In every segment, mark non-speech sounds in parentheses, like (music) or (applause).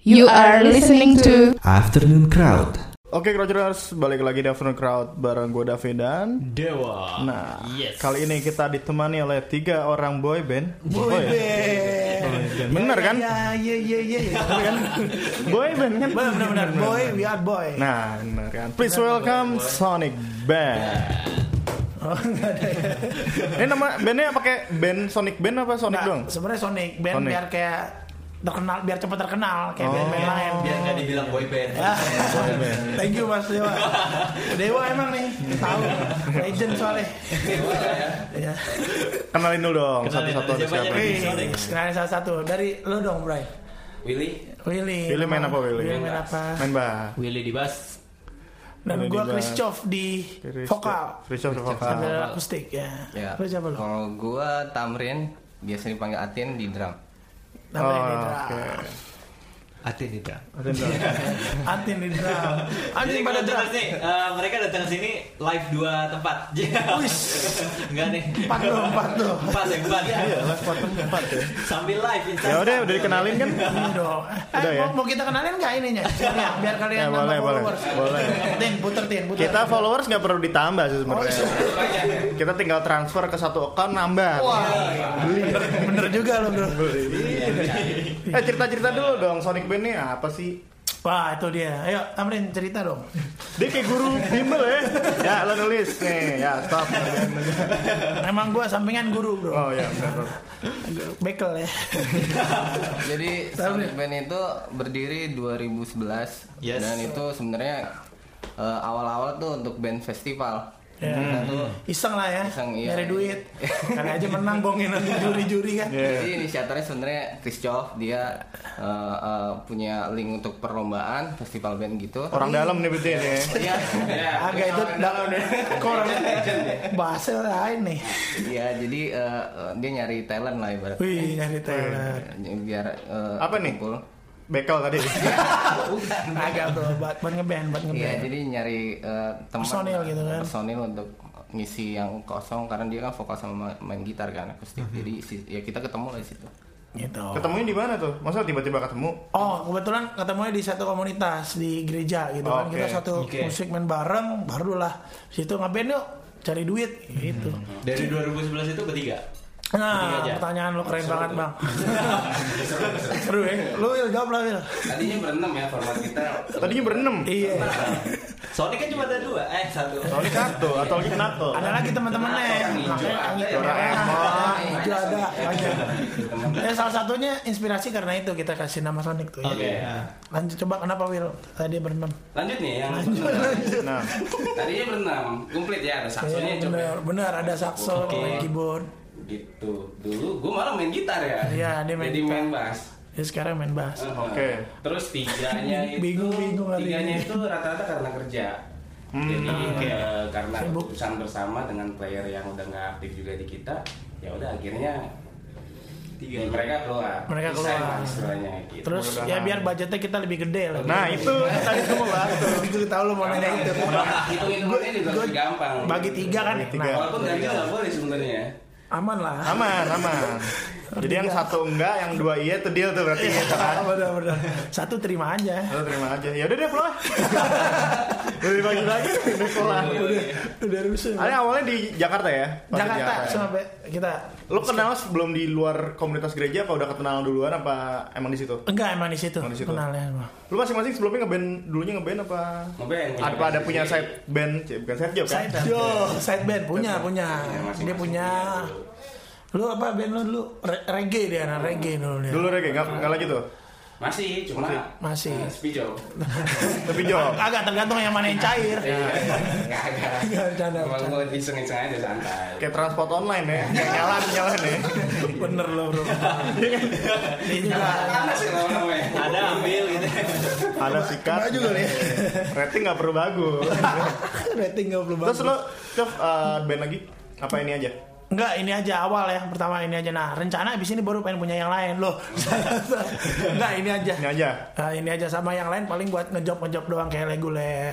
You are listening to Afternoon Crowd. Oke, Crowdchurchers, balik lagi di Afternoon Crowd bareng gue Davin dan Dewa. Nah, Yes. kali ini kita ditemani oleh tiga orang boy band. Boy, band. Bener kan? Iya, Ya, ya, ya, ya. (laughs) Boy band kan? Benar-benar. Boy, we are boy. Nah, bener kan? Please welcome Sonic Band. Oh, ya. Ini nama bandnya pakai band Sonic Band apa Sonic Nggak, dong? Sebenarnya Sonic band Sonic. Oh. biar kayak terkenal, biar cepat terkenal kayak band-band lain. Biar nggak dibilang boy (laughs) band. Thank you Mas Dewa. Dewa emang nih, tahu legend soalnya. Iya. Kenalin dulu dong Kenalin satu-satu ada dulu siapa siapa. aja Oke, nih? Sonic. kenalin salah satu dari lo dong, Bray. Willy. Willy. Willy main apa Willy? Willy main apa? Main bass. Willy di bass. Dan Willy gua di bass. Christoph di vokal. Christoph di vokal. Ada akustik ya. Ya. Lo siapa Oh, lo? Kalau gua Tamrin biasa dipanggil Atin di drum. Namanya Oh, Nidra. oke. Atin di drum. Ada nggak? Antin Nidra. Antin Jadi pada pada Nidra. datang nih, eh, mereka datang ke sini live dua (laughs) tempat. Enggak nih. Empat lo, empat lo. Empat ya, empat. Iya, last part empat ya. Sambil live Insta. Ya udah, udah dikenalin kan? Ini dong. Eh, Udah ya? mau, mau kita kenalin nggak ininya? Sebenarnya, biar kalian Ya, nambah boleh, boleh, followers. boleh. Tin, puter, tin, puter. Kita followers nggak perlu ditambah sih sebenarnya. Kita tinggal transfer ke satu account nambah. Bener juga lo, bro. Eh cerita-cerita dulu dong Sonic Band ini apa sih? Wah, itu dia. Ayo, Amrin cerita dong. Dia kayak guru bimbel ya. Ya lo nulis nih. Ya stop. Emang gua sampingan guru, bro. Oh ya benar. benar. Bekel ya. Jadi Sonic Band itu berdiri 2011 Yes. dan itu sebenarnya eh, awal-awal tuh untuk band festival. Nah, Ya. Hmm. Iseng lah ya. Iseng, iya. Nyari duit. Kali aja menang bongin nanti juri-juri kan. Iya. Jadi inisiatornya sebenarnya Christoph dia eh, eh, punya link untuk perlombaan festival band gitu. Orang dalam nih betul ya. Iya. (laughs) Agak itu dalam deh. Korang bahasa lain nih. Iya, jadi eh, eh, dia nyari talent lah ibarat. Wih, nyari Thailand. Biar eh, Apa nih? kumpul. Bekel tadi. Agak bro, buat buat ngeband, buat Iya, ngeband. jadi nyari eh, teman Personil gitu kan. personil untuk ngisi yang kosong karena dia kan vokal sama ma- main gitar kan akustik. Mhm. Jadi si- ya kita ketemu lah di situ. Gitu. Ketemunya di mana tuh? Masa tiba-tiba ketemu? Oh, kebetulan ketemunya di satu komunitas di gereja gitu kan. Oke. Kita satu Oke. musik main bareng, barulah situ ngeband yuk, cari duit gitu. Dari 2011 itu bertiga. Hmm. Bertiga Nah, aja. pertanyaan lu keren banget, Bang. (laughs) Seru ya. Lu Wil, jawab lah, Wil. Tadinya berenam ya format kita. Tadinya berenam. Iya. Sonic kan cuma ada dua, eh satu. Sonic satu atau lagi NATO? Ada lagi teman-temannya. Makanya langit merah, hijau ada banyak. Ya, salah satunya inspirasi karena itu kita kasih nama Sonic tuh. ya. Oke. Lanjut coba kenapa Wil tadi berenam? Lanjut nih yang Nah, tadinya berenam, komplit ya ada saksonya Iya, coba. bener, bener ada saxo, ada keyboard. Gitu. Dulu gue malah main gitar ya. Iya, dia main Jadi gitar. main bass. Ya sekarang main bass. Heeh. Oke. Terus (laughs) tiganya itu Bingung-bingung hari tiganya ini. itu rata-rata karena kerja. Jadi eh, karena Hmm, ah. Sibuk. keputusan bersama dengan player yang udah nggak aktif juga di kita, ya udah akhirnya tiga mereka keluar. Mereka Resign lah keluar. istilahnya gitu. Terus ya biar budgetnya kita lebih gede lah. nah itu tadi semua bahas tuh. itu kita tahu lo mau nanya itu. (laughs) hitung hitungannya juga Gua- lebih gampang. Bagi tiga kan, Bagi tiga. nah Walaupun ganti nggak boleh sebenarnya. ya. aman lah. Aman, aman. Jadi yang satu enggak, yang dua iya itu deal tuh (laughs) berarti ya kan? Bener-bener. Satu terima aja. Lo terima aja. Ya udah deh pulang. Udah dibagi lagi udah pulang. Udah rusuh. Ada awalnya di Jakarta ya? Pas di Iya, Jakarta sampai kita Lo kenal sebelum di luar komunitas gereja apa udah kenal duluan apa emang di situ? enggak emang di situ Emang Oh, di situ. kenalnya emang. Lo masing-masing sebelumnya ngeband dulunya ngeband apa? Ngeband. Apa ada punya side band? Iya, Cih, bukan side job kan? Side Yo, side band punya punya. Nah, masing-masing Dia punya. gitu. Lu apa band lu dulu? Re- reggae dia anak reggae dulu dia. Dulu reggae nggak nggak lagi tuh. Masih, cuma Masih. eh, speedo. Tapi Iya. job. Agak tergantung yang mana yang cair. (laughs) Enggak Nah, Enggak, bercanda, iya. ada. bercanda. Kalau gue iseng-iseng aja santai. Kayak transport online ya, kayak nyalan nyalan ya. Bener lo (laughs) bro. Dia juga Panas ya lama-lama ya. Ada ambil gitu. Ada sikat. ya. juga nih. Rating nggak perlu (laughs) bagus. rating gak perlu Terus banget. lo ke eh, band lagi? Apa ini aja? Enggak, ini aja awal ya. Pertama ini aja. Nah, rencana abis ini baru pengen punya yang lain loh. (laughs) Enggak, ini aja. Ini aja. Nah, ini aja sama yang lain paling buat ngejob ngejob doang kayak reguler.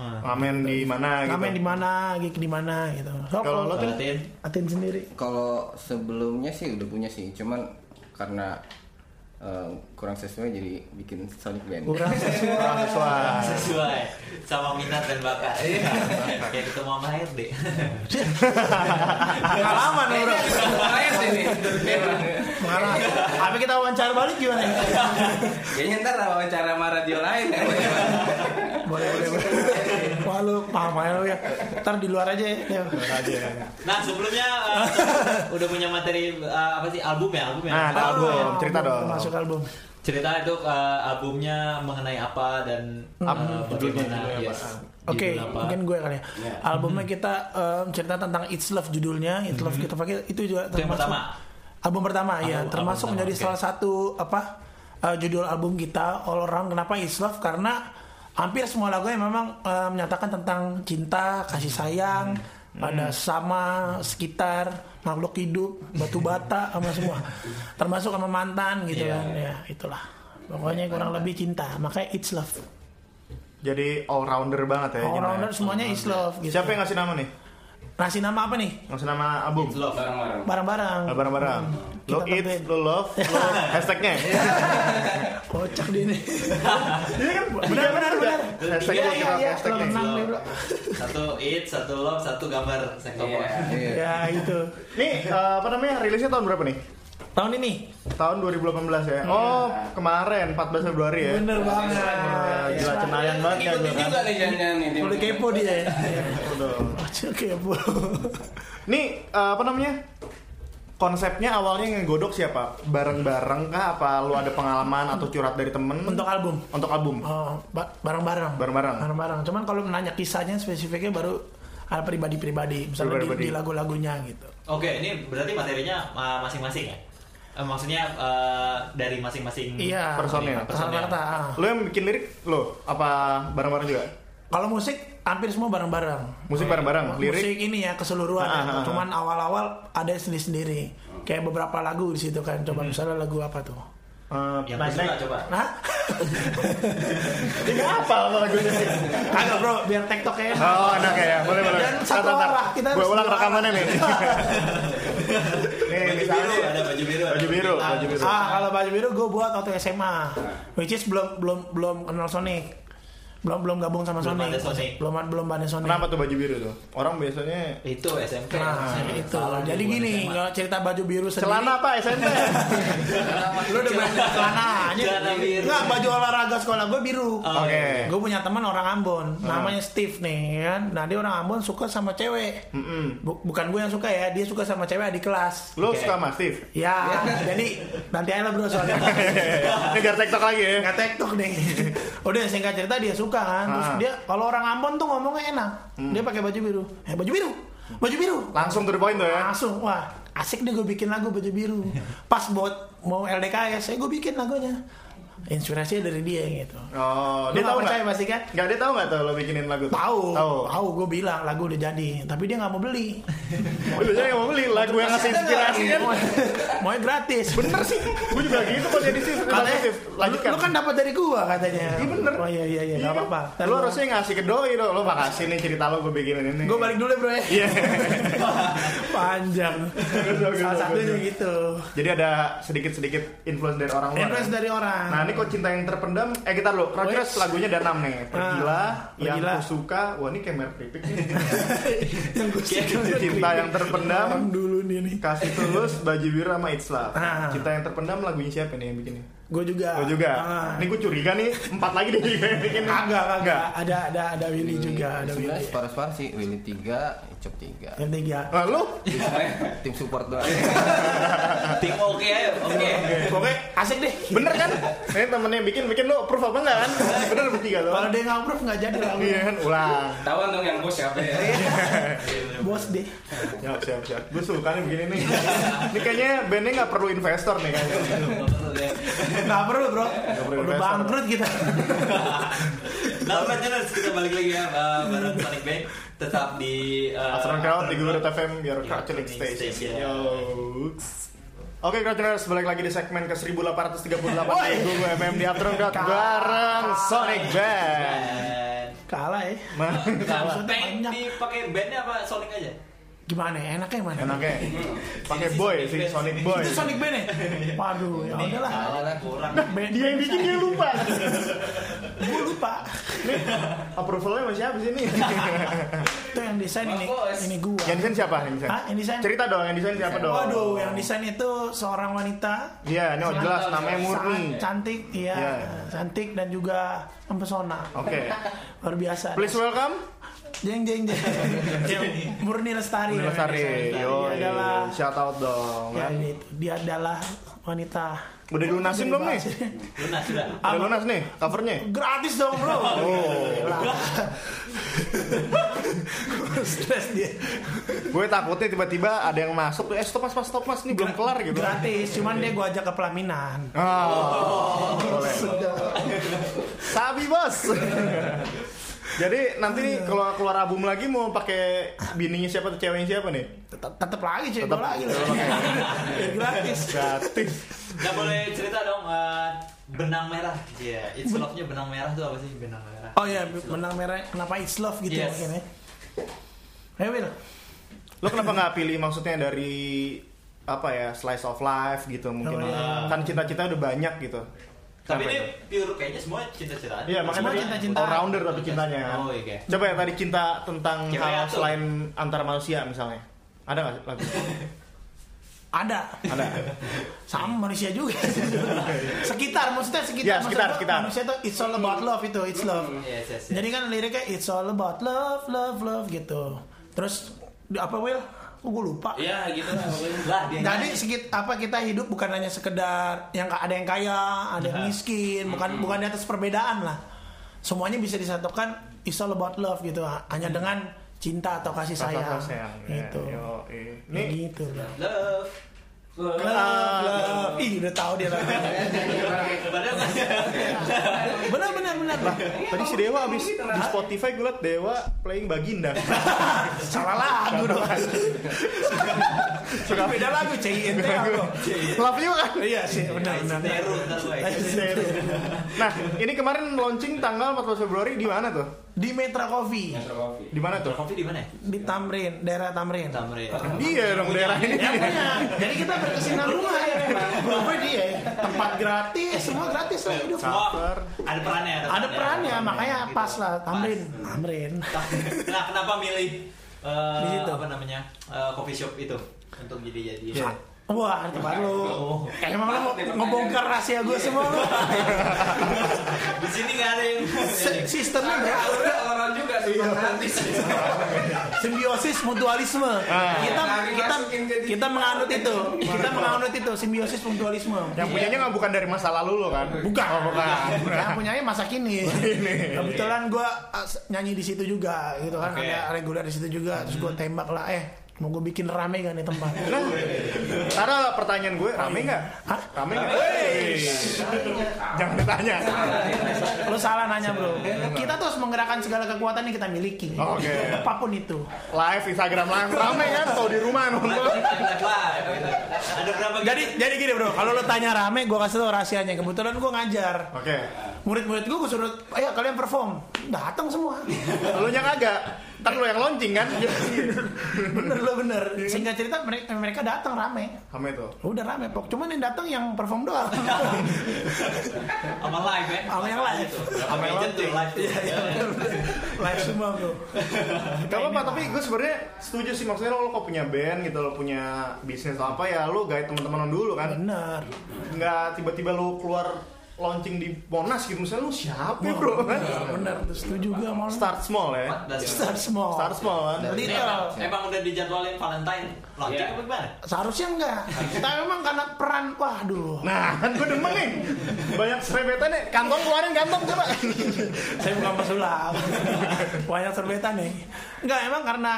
Ngamen di mana gitu? Ngamen di mana, gig di mana gitu. So, Kalau lo tuh Atin. Atin sendiri. Kalau sebelumnya sih udah punya sih, cuman karena eh, eh, kurang sesuai jadi bikin Sonic Band. kurang sesuai Kurang sesuai. sesuai sama minat dan bakat Iya. (laughs) kayak ketemu sama HRD pengalaman bro Lain ini. Iya. pengalaman tapi kita wawancara balik gimana ya Kayaknya ntar wawancara sama radio lain ya. boleh boleh boleh wah lu paham aja lu ya ntar di luar aja ya Dev. iya, nah sebelumnya (laughs) eh, udah punya materi eh, apa sih album ya album ya Nah, ada album. cerita Album, dong. masuk album cerita itu eh, albumnya mengenai apa dan eh, bagaimana yes. Hmm. Ah. Oke, Judul apa. mungkin gue kali ya. Albumnya Hmm. kita em, cerita tentang It's Love judulnya, It's Love kita pakai itu juga Itu yang pertama? Album pertama ya, Album- termasuk album menjadi pertama, salah satu apa eh, judul album kita All Around. Kenapa It's Love? Karena hampir semua lagunya memang eh, menyatakan tentang cinta, kasih sayang, Hmm. ada sama sekitar makhluk hidup, batu bata (laughs) sama semua, termasuk sama mantan gitu Iya. kan ya, itulah. Pokoknya kurang lebih cinta, makanya It's Love. Jadi all rounder banget ya. All Gina. rounder semuanya It's Love. Gitu. Siapa yang ngasih nama nih? Ngasih nama apa nih? Ngasih nama album? love bareng-bareng Barang-barang. Ah, Barang-barang. Lo Gitu. Kita eat, tambahin. lo love, (laughs) lo hashtagnya. Kocak dia nih. (laughs) Iya kan? Benar, benar, benar. Hashtagnya Iya, iya, kita iya. hashtagnya. Lo- Menang nih, bro. satu it satu love satu gambar sengkopok Iya. Ya itu. Nih, eh, apa namanya? Rilisnya tahun berapa nih? Tahun ini. Tahun 2018 ya. Oh, kemarin 14 Februari ya. Iya. Bener Iya. banget. Ah, Gila cenayang banget ya ikutin gua kan. juga nih jangan-jangan nih Udah kepo dia ya. Udah. Kocak kepo. Nih, eh, apa namanya? Konsepnya awalnya yang godok siapa? Bareng-bareng kah? Apa lu ada pengalaman atau curhat dari temen? Untuk album. Untuk album? Oh, ba- barang-barang. Barang-barang. Barang-barang. Cuman kalau menanya kisahnya spesifiknya baru ada pribadi-pribadi. Misalnya di- Pribadi-pribadi. di, lagu-lagunya gitu. oke ini berarti materinya uh, masing-masing ya Eh, maksudnya uh, dari masing-masing Iya. Hmm. Personil. Rata-rata. ah. Lo yang bikin lirik lo apa bareng-bareng juga? Kalau musik hampir semua bareng-bareng. Musik bareng-bareng, lirik. Iya. musik ini ya keseluruhan Ah, ya. ah, ah. cuman awal-awal ada yang sendiri-sendiri kayak beberapa lagu di situ kan Mm-hmm. coba misalnya lagu apa tuh Eh, Ya, yang naik suka naik. Ya, coba Hah? Ini apa lo (laughs) lagunya? kagak bro biar tektok ya Oh, enak ya. Boleh, boleh. Dan satu arah, kita Gue harus ulang dua rekamannya nih. nih, baju biru misalnya ada baju biru ada. baju biru, baju biru. (laughs) ah kalau baju biru gue buat waktu SMA which is belum belum belum kenal Sonic belum belum gabung sama Belum Sonic. ada Sonic. belum belum ada Sonic Kenapa tuh baju biru tuh? Orang biasanya itu SMP Nah, itu. Jadi gini, kalau cerita baju biru sendiri. celana apa (laughs) SMP? Lu udah bilang celananya. Celana Iya. biru. Enggak, baju olahraga sekolah gue biru. Oke. Gue punya teman orang Ambon, Hmm. namanya Steve nih kan. Nah dia orang Ambon suka sama cewek. Mm-mm. Bu- bukan gue yang suka ya, dia suka sama cewek di kelas. Lo suka (laughs) masif? (laughs) Ya, jadi nanti aja lah bro soalnya Ini biar TikTok lagi ya. nggak tektok nih. Udah singkat cerita dia suka kan. Terus Ah. Hmm. dia kalau orang Ambon tuh ngomongnya enak. Dia pakai baju biru. Eh baju biru, baju biru. Langsung to the point tuh ya. Langsung wah asik deh gue bikin lagu baju biru. Pas buat mau LDKS, saya gue ya bikin lagunya. Inspirasinya dari dia gitu. Oh, dia Lu nggak tahu percaya nggak? pasti kan? Nggak dia tahu nggak tuh lo bikinin lagu? tuh? Tahu, Tahu. tahu gue bilang lagu udah jadi, tapi dia nggak mau beli. (laughs) Lu jangan mau beli lagu yang ngasih inspirasi kan? mau gratis. Bener sih. Gue juga gitu kalau jadi sif. Katanya, Sif, lu, Lanjutkan. lu kan dapat dari gua katanya. Iya bener. Oh iya iya iya, nggak apa-apa. Ntar Lu gua- harusnya ngasih ke doi dong. Lu makasih nih cerita lo gue bikinin ini. Gue balik dulu ya, bro ya. Iya. (laughs) Panjang. bagus, Salah bagus, satunya bagus. gitu. Jadi ada sedikit-sedikit influence dari orang luar. Influence ya? dari orang. Nah ini kok cinta yang terpendam Eh kita dulu Rogers lagunya ada 6 Ah, nih Pergilah Yang Pergilah. ku suka Wah ini kayak (laughs) merpipik nih yang gue gitu, Cinta yang terpendam dulu nih nih. Kasih tulus Baju biru sama It's Love Ah. Cinta yang terpendam lagunya siapa nih yang bikin nih? Gue juga. Oh juga Ah. Ini gue curiga nih Empat lagi deh juga yang bikin nih. Agak agak. Ada ada ada Willy juga, ada Willy. ya? Sebelas separuh-separuh sih. Willy 3, Icop 3. Yang tiga. Nah, lu Ya. Tim support doang. tim oke ayo oke Pokoknya asik deh. bener kan? Ini temennya yang bikin, bikin lu proof apa enggak kan? Bener bertiga lo. Kalau dia nggak approve nggak jadi lah. (laughs) Iya kan? Ulang. Tahuan dong yang bos siapa ya Bos (laughs) deh. Siap siap siap. Gue suka nih begini nih. Ini kayaknya bandnya nggak perlu investor nih kayaknya. (laughs) Nggak perlu bro. perlu Udah investor. bangkrut (laughs) kita. nah listeners, kita balik lagi ya uh, bareng Sonic Band tetap di uh, Astron Crowd di Guru FM Your Culturing Station. Yo. Oke, Crowdtuners, balik lagi di segmen ke 1838 dari Google MM di Astron Crowd bareng Sonic Band. Dan- Kalah ya. Ma- Nah, (laughs) Maksudnya Band banyak. dipakai bandnya apa Sonic aja? gimana ya? Enaknya mana? (laughs) Enaknya Oh, iya. pakai boy si Sonic Boy. Itu (laughs) Sonic Band (laughs) ya? Waduh, ya Ini udahlah. salah kurang. Dia yang bikin dia lupa. Gue lupa. Nih, (laughs) approvalnya masih siapa (laughs) sih ini? Itu yang desain ini, Bos. ini gua. yang desain siapa? Yang desain? Hah, yang desain? Cerita dong, yang desain siapa dong? Waduh, yang desain itu seorang wanita Iya, ini oh, jelas namanya murni. sangat cantik, iya, Iya. cantik dan juga mempesona. Oke. Luar biasa. Please welcome Jeng jeng (laughs) jeng. Murni Lestari. Nila Sari. Yo, Dia adalah shout out dong. ya. ya, ini- dia adalah wanita. Udah dilunasin belum nih? Iya, Lunas sudah. Udah lunas nih covernya. Gratis dong, Bro. Oh, (laughs) Stres dia. gue takutnya tiba-tiba ada yang masuk eh stop mas mas stop mas ini belum kelar gitu. Gratis, cuman dia gua ajak ke pelaminan. Oh, boleh. Sabi bos. Jadi nanti nih kalau keluar album lagi mau pakai bininya siapa atau ceweknya siapa nih? Tetap, tetap lagi cewek Tetap- gua lagi. lah. Ya, (laughs) Gratis. Gratis. Nah boleh cerita dong eh, benang merah. Iya, it's love-nya benang merah tuh apa sih benang merah? Oh iya, benang merah kenapa it's love gitu Yes. mungkin ya. Ayo, Wil. Lo kenapa nggak pilih maksudnya dari apa ya slice of life gitu mungkin Oh, iya. kan cita-cita udah banyak gitu. Tapi Kenapa ini itu? pure kayaknya semua cinta-cintaan. Iya makanya Semua tadi cinta-cinta. all rounder tapi cintanya. kan? Oh, iya. Coba yang tadi cinta tentang Cewek hal atau- selain antar manusia misalnya. Ada nggak lagu? Ada. Ada. Iya, sama manusia (laughs) juga sekitar maksudnya sekitar Ya, sekitar, Maksud gua, sekitar. manusia itu it's all about love itu it's love Yes, yes, yes. jadi kan liriknya it's all about love love love gitu terus di- apa Will oh, gue lupa Iya gitu lah pokoknya. lah dia. jadi sedikit apa kita hidup bukan hanya sekedar yang ada yang kaya ada yang miskin bukan bukan di atas perbedaan lah semuanya bisa disatukan it's all about love gitu hanya dengan cinta atau kasih sayang, Rasa-rasa sayang. Ya, gitu yoi. Ini Ya, gitu lah. love. gitu Love, love. Ih, udah tahu dia lah. Padahal masih benar benar benar tadi si Dewa abis di Spotify gue liat Dewa playing Baginda. salah lagu dong suka beda lagu CINT apa (laughs) Love you kan? ya, iya sih benar benar teru Nah, ntar gue. Nah, ini kemarin launching tanggal 14 Februari di mana tuh? di Metra Coffee Metro Coffee. Di mana tuh? Kopi di mana? ya? di Tamrin daerah Tamrin Tamrin. Iya dong daerah ini. Ya, pokoknya. jadi kita berkesinambungan ya, berubah dia eh, tempat gratis eh, semua gratis lah hidup Caper. Ada perannya. gitu. ada perannya makanya pas lah Tamrin Tamrin Nah kenapa milih eh, Di situ. apa namanya eh, coffee shop itu untuk jadi jadi. Iya. Wah, tempat Oh. lu. Emang lu mau ngebongkar rahasia gue semua lu. Di sini nggak ada yang. Si- Sistemnya bro. Udah orang juga sih romantis. simbiosis mutualisme Ah. kita Lari kita Nah, masukin ke dia. kita menganut itu kita menganut itu simbiosis mutualisme Yang punyanya nggak bukan dari masa lalu lo kan? bukan Oh, bukan. yang punyanya masa kini kebetulan gue nyanyi di situ juga gitu kan Oke. ada reguler di situ juga terus gue tembak lah eh mau gue bikin rame gak nih (laughs) tempat Karena Nah, pertanyaan gue rame nggak? Hah? Rame nggak? Wey. Jangan ditanya. lo salah nanya bro kita terus menggerakkan segala kekuatan yang kita miliki Oke. apapun itu Live Instagram live rame kan? Tahu di rumah nonton. Ada berapa? gitu? jadi jadi gini bro kalau lo tanya rame gue kasih tau rahasianya kebetulan gue ngajar Oke. murid-murid gue gue suruh ayo kalian perform datang semua Lu nya kagak. Ntar lu yang launching (laughs) kan? bener lo bener sehingga cerita mereka, mereka datang rame Rame tuh. udah rame pok cuman yang datang yang perform doang (laughs) Sama live ya? Sama yang Iya, live. Sama yang live tuh Iya. live. tuh. live semua bro Gak apa-apa, tapi gue sebenarnya setuju sih maksudnya lo, lo kok punya band gitu, lo punya bisnis atau apa ya lo gait teman-teman dulu kan. bener Nggak tiba-tiba lo keluar launching di Monas gitu, misalnya lo siapa ya, bro? kan? bener tuh setuju gue mau Start small ya. 14. start small Start small kan. Ini Little. Emang, emang udah Iya. dijadwalin Valentine launching apa gimana? seharusnya enggak kita memang karena peran waduh Nah, kan gue demen nih. Banyak serebetan nih. Kantong keluarin kantong coba. saya bukan pesulap banyak serbetan nih enggak emang karena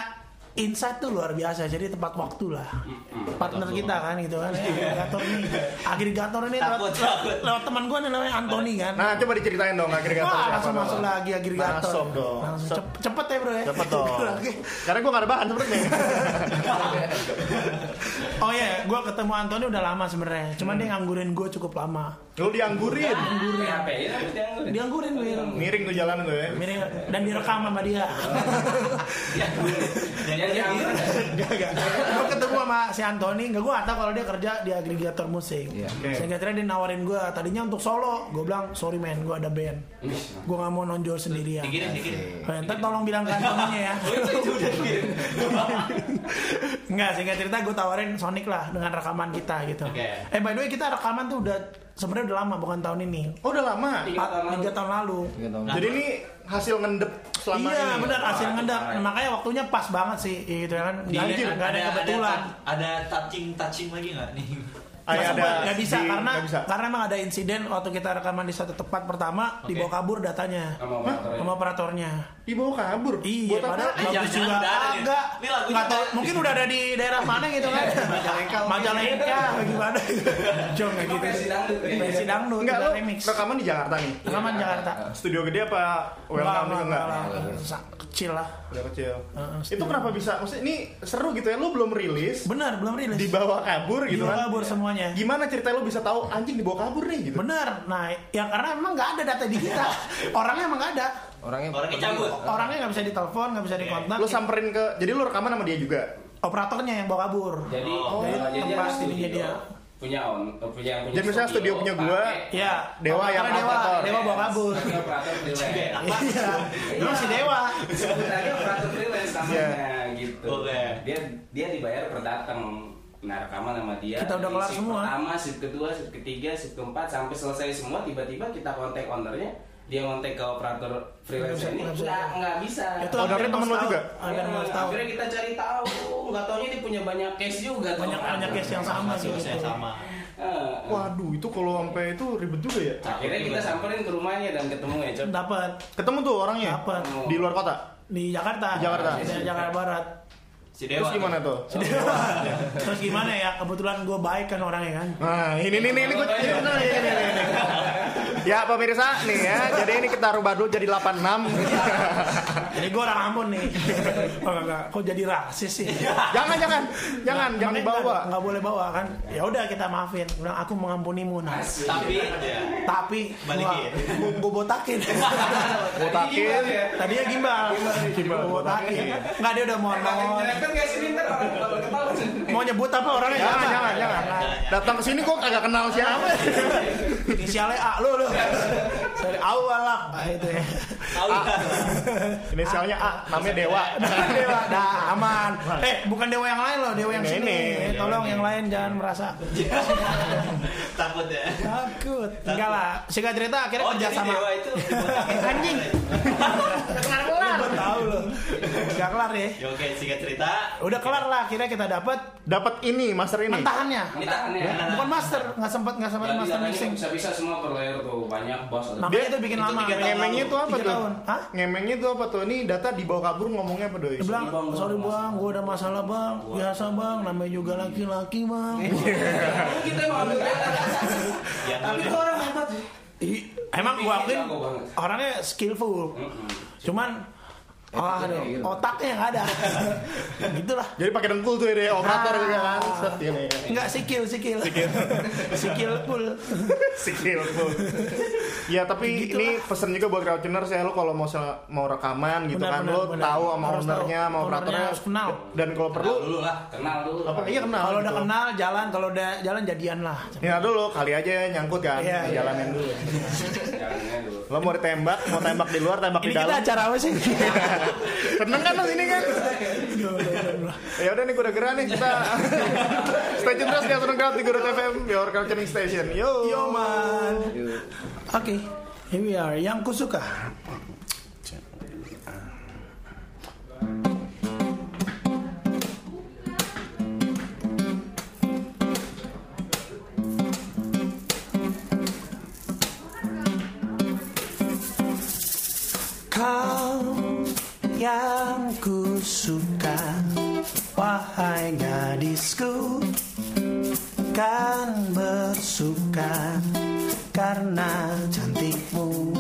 insight tuh luar biasa jadi tepat waktu lah Hmm. partner kita kan gitu kan agregator ini agregator ini lewat, Takut, takut. lewat teman gue nih namanya Anthony kan Nah, coba diceritain dong agregator Wah, siapa langsung dong. masuk lagi agregator. Masuk dong. Langsung Sep- cep- cepet ya bro ya. Cepet dong. (laughs) Oke. Karena gue gak ada bahan sebenarnya. oh iya, gue ketemu Antoni udah lama Hmm. sebenarnya. Cuman dia nganggurin gue cukup lama. Lo dianggurin. Nganggurin apa ya? Nganggurin. Dia nganggurin Will. Miring tuh jalan tuh ya. Miring dan direkam sama dia. Ya, Iya, Yang yang diangkat. (laughs) Enggak, enggak. Gue ketemu sama si Anthony, enggak gue nggak tahu kalau dia kerja di agregator musik. Iya. Oke. Sehingga akhirnya dia nawarin gue, tadinya untuk solo, gue bilang sorry man, gue ada band, gue nggak mau nonjol sendirian. dikirim, dikirim. Eh, Ntar tolong bilang ke Anthony ya. Oh, itu itu udah dikirim. (laughs) Enggak, singkat cerita gue tawarin Sonic lah dengan rekaman kita gitu. Oke. Eh by the way kita rekaman tuh udah sebenarnya udah lama bukan tahun ini. Oh udah lama. Tiga tahun lalu. Tiga tahun lalu. Gitu. Nah, Jadi ini hasil ngendep selama iya ini. Oh, iya. benar hasil Wah, ngendap. parah. Makanya waktunya pas banget sih itu ya kan. Gak ada, Anjir, nggak ada kebetulan. Ada touching touching lagi nggak nih? Ah, ya, Nggak sempat, nggak bisa di- karena nggak bisa. karena emang ada insiden waktu kita rekaman di satu tempat pertama dibawa kabur datanya sama ya. operatornya. sama operatornya. dibawa kabur. Iya, Buat apa? padahal Eh, bagus jangan-jangan juga udah ada nih. agak. Ini lagunya Nggak tahu, udah ada. mungkin udah ada di daerah mana gitu kan. Majalengka. Majalengka gimana? Jom kayak gitu. versi dangdut. Versi dangdut. Enggak udah lo remix. Iya. rekaman di Jakarta nih. Rekaman Jakarta. Studio gede apa welcome Nggak, gitu nggak, enggak? nggak. Sa- Kecil lah. Udah kecil. Heeh, Itu studio. kenapa bisa? Maksudnya ini seru gitu ya. Lo belum rilis, Benar, belum rilis. dibawa kabur gitu Dibawa kan. kabur semuanya. Gimana cerita lo bisa tahu anjing dibawa kabur nih gitu? Benar. Nah, ya karena emang nggak ada data di (laughs) kita. Orangnya emang nggak ada. Orangnya Orangnya cabut. Orangnya nggak bisa ditelepon, nggak bisa dikontak. Lo samperin ke, jadi lo rekaman sama dia juga. Operatornya yang bawa kabur. Jadi, eh, Oh, jadi tempat dia ada ini studio, dia. punya on, punya punya. Jadi misalnya studio punya gua, pakai Ya, Dewa yang operatornya operator. Dewa, Dewa bawa kabur. (laughs) pakai operator freelance. (laughs) Iya, lu si Dewa. Sebutannya operator freelance namanya Iya. gitu. Oke. Dia dia dibayar per datang. Nah rekaman sama dia. Kita udah Dari kelar shift semua. Pertama, shift kedua, shift ketiga, shift keempat sampai selesai semua. Tiba-tiba kita kontak ownernya, dia kontak ke operator freelance Nggak bisa, ini nggak bisa. nggak nggak bisa. Itu Oh, akhirnya dari temen lu tahu. juga? Akhirnya Ya, harus tahu. akhirnya kita cari tahu, nggak taunya dia punya banyak case juga. tuh. Banyak banyak case yang sama sih Kasus yang gitu. sama. Eh, Waduh, itu kalau sampai itu ribet juga ya. Akhirnya kita samperin ke rumahnya dan ketemu ya, Cep. Dapat Ketemu tuh orangnya Dapat. di luar kota. di Jakarta. Di Jakarta. Di Jakarta Barat. (laughs) Si Dewa. Terus gimana tuh? Terus gimana ya? Kebetulan gue baik kan orangnya kan. Nah, ini nih nih ini gue Iya, jadi bener ya ini, ini, ini. Ya pemirsa nih ya, jadi ini kita rubah dulu jadi 86. Nah. Jadi gue orang Ambon (laughs) nih. Oh, enggak, enggak. Kok jadi rasis sih? jangan jangan Iya. jangan jangan Makanya dibawa. nggak- nggak boleh bawa kan. Ya udah kita maafin. Gua Bilang aku mengampunimu nah. Tapi ya. Tapi Balikin. gue (laughs) botakin. Iya, Botakin. Tadinya gimbal. Gimbal botakin. Enggak dia udah mohon mohon. Kan nggak sini ntar orang ketawa Mau nyebut apa orangnya? Jangan jangan jangan. Datang ke sini kok kagak kenal siapa. (laughs) Inisialnya A lu lu. Dari awal lah. Ah, itu (laughs) ya. Tahu Ah. ya. Inisialnya A, namanya Dewa. dewa, dah aman. Eh, bukan dewa yang lain loh, dewa yang Yang sini. ini. Eh, tolong yang lain jangan merasa (laughs) Takut ya. takut. Enggak lah. Singkat cerita akhirnya Oh kerja jadi sama. Eh, Dewa itu dibotakin. Anjing. Kelar. tahu loh. Enggak kelar deh. Ya oke, singkat cerita. Udah kelar lah akhirnya kita dapat Dapat ini, master ini. mentahannya. Ini tahan ya. Nah. Bukan master, nggak sempat nggak sempat Tapi iya, master mixing. bisa bisa semua per layer tuh banyak bos. ada- Makanya itu bikin itu lama. tiga tahun Ngemengnya tuh apa Tiga tuh? tahun. Hah? Ngemengnya tuh apa tuh? Ini data dibawa kabur ngomongnya apa doi? Dia bilang, Iya, Bang, gua sorry ada bang, gue ada masalah bang, biasa bang, namanya juga laki-laki bang. Kita Iya. emang ambil data. Ya Tapi tahu. tuh orang hebat. sih. Iya, Ih, Emang gue akuin Jago banget. Hmm. orangnya skillful, Mm-mm. cuman Otaknya wah, aduh, gitu. gila. otaknya nggak (laughs) ada. Gitulah. Jadi pakai dengkul tuh ya, deh, operator Ah. juga kan. Set ini. Enggak sikil, sikil. (laughs) Sikil full. Sikil tuh. Ya Iya, tapi Gitu ini pesan juga buat crowdtuners ya lo kalau mau se- mau rekaman gitu kan Benar, benar, lo benar. tahu sama Harus tahu. ownernya, sama Ownernya operatornya harus kenal. Dan kalau perlu Tahu dulu lah. Kenal dulu. apa iya kenal. Kalau gitu. udah kenal jalan, kalau udah jalan jadian lah. Ya dulu kali aja nyangkut kan, Iya, iya. jalanin dulu. Jalannya ya, dulu. Lo mau ditembak, mau tembak di luar, tembak Ini di kita dalam. acara (laughs) apa sih? Seneng kan lo sini kan? ya udah nih gue udah gerah nih (laughs) kita. Stay tune terus di Astron Ground di Guru FM, your culturing station. Yo. Yo man. Yuk. Oke, here we are. Yang kusuka. Kau yang kusuka, wahai gadisku kan bersuka karena cantikmu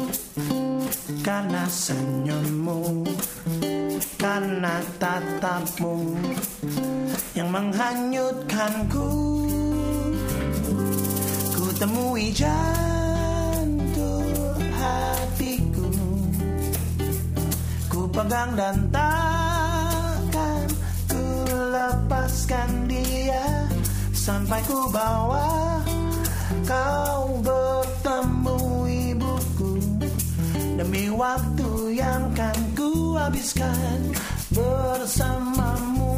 karena senyummu karena tatapmu yang menghanyutkanku ku temui jantung hatiku pegang dan takkan ku lepaskan dia sampai ku bawa kau bertemu ibuku demi waktu yang kan ku habiskan bersamamu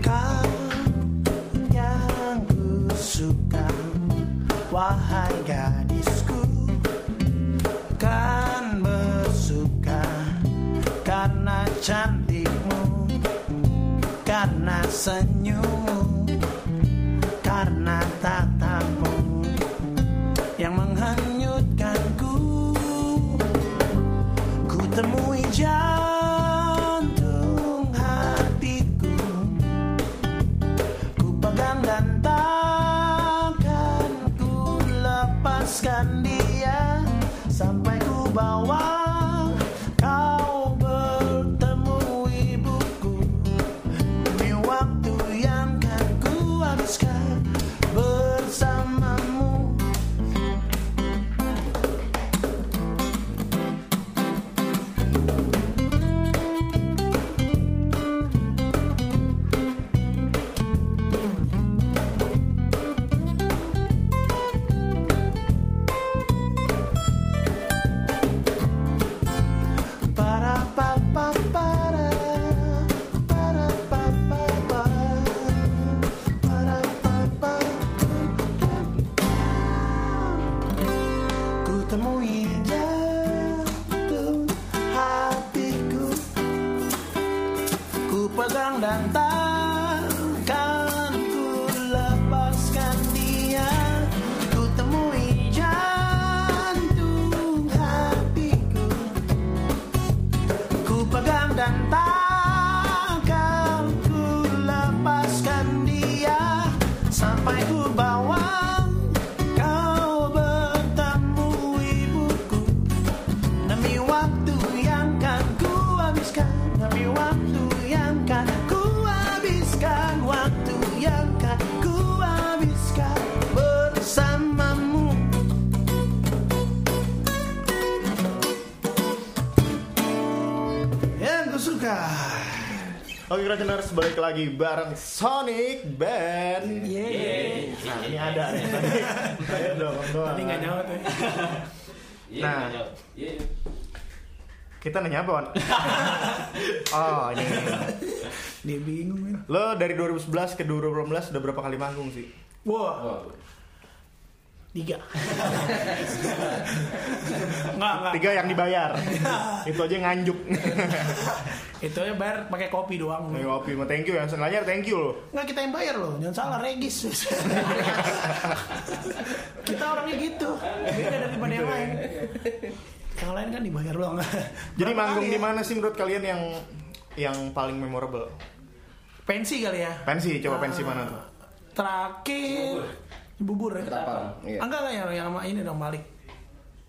Kau yang ku suka Wahai gadisku Kan bersuka Karena cantikmu Karena senyum Karena tatamu Yang menghanyutkanku Ku temui jantung hatiku Ku pegang dan takkan ku lepaskan dia Sampai ku bawa kau bertemu ibuku Demi waktu yang kan ku habiskan bersamamu para pa pa para para pa pa pa para pa pa ku temui jatuh hatiku ku pegang dan takkan ku lepaskan dia ku temui jantung hatiku Ku pegang dan takkan ku lepaskan dia Sampai ku bawa kau bertemu ibuku Demi waktu yang kan ku habiskan Demi waktu yang kan ku habiskan Waktu yang kan ku habiskan Bersamamu Yang ku suka Oke, Krakeners balik lagi bareng Sonic Band. Iya, Nah, ini ada nih tadi. Ayo dong, doang. Ini nggak nyawa tuh Iya, Nah. iya, iya. Kita nanya apa, Wan? oh, ini. Dia bingung ya Lo dari 2011 ke 2018 udah berapa kali manggung sih? Wah Oh, tiga (laughs) nggak nggak Tiga yang dibayar. Itu aja nganjuk. (laughs) itu ya bayar pakai kopi doang Nih, Ngopi, mah thank you ya. Sengaja thank you loh. nggak kita yang bayar loh jangan salah (laughs) regis kita orangnya gitu beda daripada yang lain yang lain kan dibayar doang (laughs) Jadi Berapa manggung kali di ya? mana sih menurut kalian yang yang paling memorable? pensi kali ya Pensi, coba pensi mana tuh? terakhir bubur ya Ketapang, iya. enggak enggak yang yang sama ini dong Malik